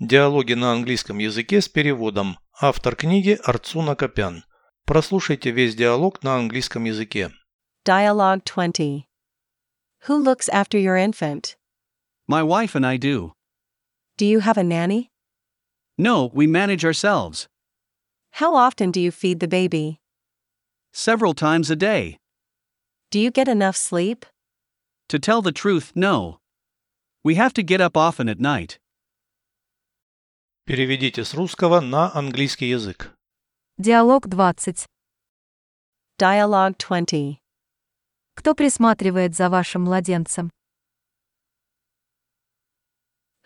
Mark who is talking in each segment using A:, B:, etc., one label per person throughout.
A: Диалоги на английском языке с переводом. Автор книги Арцуна Копян. Прослушайте весь диалог на английском языке.
B: Dialogue 20. Who looks after your infant?
C: My wife and I do.
B: Do you have a nanny?
C: No, we manage ourselves.
B: How often do you feed the baby?
C: Several times a day.
B: Do you get enough sleep?
C: To tell the truth, no. We have to get up often at night.
A: Переведите с русского на английский язык.
D: Диалог 20.
B: Dialogue 20.
D: Кто присматривает за вашим младенцем?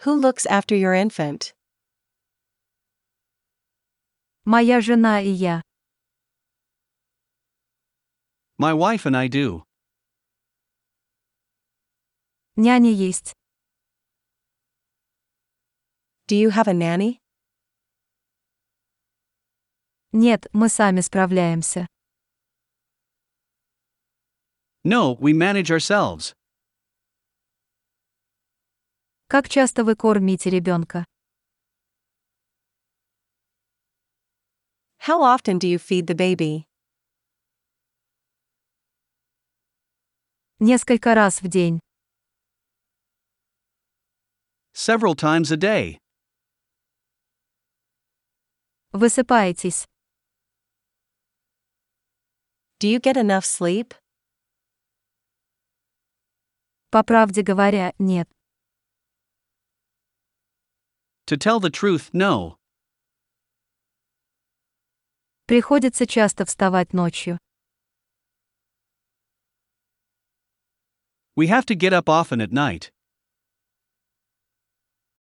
B: Who looks after your infant?
D: Моя жена и я.
C: My wife and I do.
D: Няня есть.
B: Do you have a nanny?
D: Нет, мы сами справляемся.
C: No, we manage ourselves.
D: Как часто вы кормите ребенка?
B: How often do you feed the baby?
D: Несколько раз в день.
C: Several times a day.
D: Высыпаетесь.
B: Do you get enough sleep?
D: По правде говоря, нет.
C: To tell the truth, no.
D: Приходится часто вставать ночью.
C: We have to get up often at night.